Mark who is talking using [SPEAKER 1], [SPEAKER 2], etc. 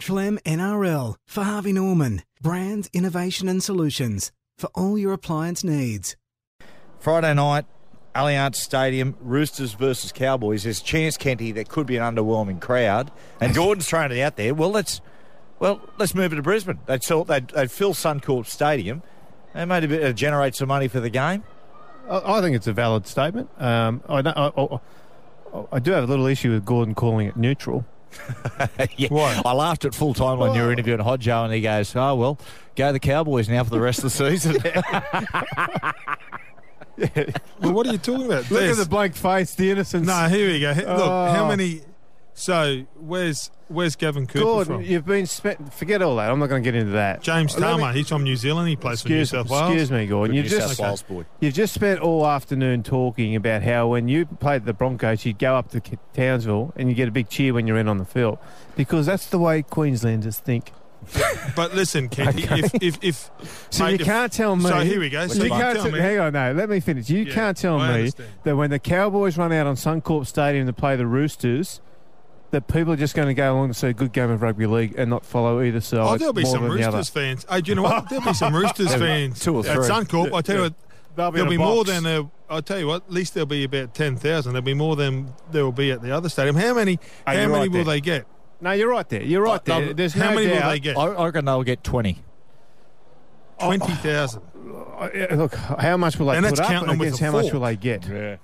[SPEAKER 1] Trilem NRL for Harvey Norman, brands, innovation and solutions for all your appliance needs.
[SPEAKER 2] Friday night, Allianz Stadium, Roosters versus Cowboys. There's a chance, Kenty, there could be an underwhelming crowd, and Gordon's throwing it out there. Well, let's well let's move it to Brisbane. They'd, sell, they'd, they'd fill Suncorp Stadium. They made a bit uh, generate some money for the game.
[SPEAKER 3] I I think it's a valid statement. Um, I, don't- I, I, I do have a little issue with Gordon calling it neutral.
[SPEAKER 2] yeah. I laughed at full time when you were interviewing Hodjo, and he goes, "Oh well, go the Cowboys now for the rest of the season."
[SPEAKER 4] Well, what are you talking about?
[SPEAKER 3] Look
[SPEAKER 4] There's-
[SPEAKER 3] at the blank face, the innocence.
[SPEAKER 4] No, here we go. He- Look, how
[SPEAKER 3] Oh.
[SPEAKER 4] many? So where's where's Gavin Cooper
[SPEAKER 3] Gordon,
[SPEAKER 4] from?
[SPEAKER 3] you've been spent. Forget all that. I'm not going to get into that.
[SPEAKER 4] James
[SPEAKER 3] Let me-
[SPEAKER 4] Tama. He's from New Zealand. He plays for New
[SPEAKER 3] Excuse,
[SPEAKER 4] South Wales.
[SPEAKER 3] excuse me, Gordon. You've
[SPEAKER 2] New
[SPEAKER 3] just,
[SPEAKER 2] South Wales boy.
[SPEAKER 3] you've just spent all afternoon talking about how when you played the Broncos, you'd go up to K- Townsville and you get a big cheer when you're in on the field because that's the way Queenslanders think.
[SPEAKER 4] But listen, Kenny, if, if if
[SPEAKER 3] So
[SPEAKER 4] mate,
[SPEAKER 3] you
[SPEAKER 4] if-
[SPEAKER 3] can't tell me.
[SPEAKER 4] So here we go. So
[SPEAKER 3] you can't
[SPEAKER 4] tell
[SPEAKER 3] t-
[SPEAKER 4] me.
[SPEAKER 3] hang on, no. Let me finish. You
[SPEAKER 4] Yeah,
[SPEAKER 3] can't tell
[SPEAKER 4] I
[SPEAKER 3] me
[SPEAKER 4] understand.
[SPEAKER 3] that when the Cowboys run out on Suncorp Stadium to play the Roosters, that people are just going to go along and say good game of rugby league and not follow either side.
[SPEAKER 4] Oh, there'll be
[SPEAKER 3] more
[SPEAKER 4] some
[SPEAKER 3] than the other.
[SPEAKER 4] Roosters fans. Hey, do you know what? There'll be some Roosters fans
[SPEAKER 2] two or
[SPEAKER 4] at
[SPEAKER 2] three.
[SPEAKER 4] Suncorp. I tell you
[SPEAKER 3] Yeah.
[SPEAKER 4] what,
[SPEAKER 3] They'll
[SPEAKER 4] there'll be more than there. I tell you what, at least there'll be about ten thousand. There'll be more than there will be at the other stadium. How many?
[SPEAKER 3] Oh,
[SPEAKER 4] how
[SPEAKER 3] you're
[SPEAKER 4] many
[SPEAKER 3] right there.
[SPEAKER 4] will they get?
[SPEAKER 3] No, you're right there. You're right
[SPEAKER 2] Oh,
[SPEAKER 3] there. There's
[SPEAKER 4] how
[SPEAKER 3] no
[SPEAKER 4] many
[SPEAKER 3] doubt.
[SPEAKER 4] will they get?
[SPEAKER 2] I I reckon they'll get twenty.
[SPEAKER 4] Twenty thousand.
[SPEAKER 3] Oh. Uh, yeah, Look, how much will they
[SPEAKER 4] And
[SPEAKER 3] put
[SPEAKER 4] that's
[SPEAKER 3] up
[SPEAKER 4] counting them with
[SPEAKER 3] against
[SPEAKER 4] a
[SPEAKER 3] how much
[SPEAKER 4] fork.
[SPEAKER 3] will they get?
[SPEAKER 2] Yeah.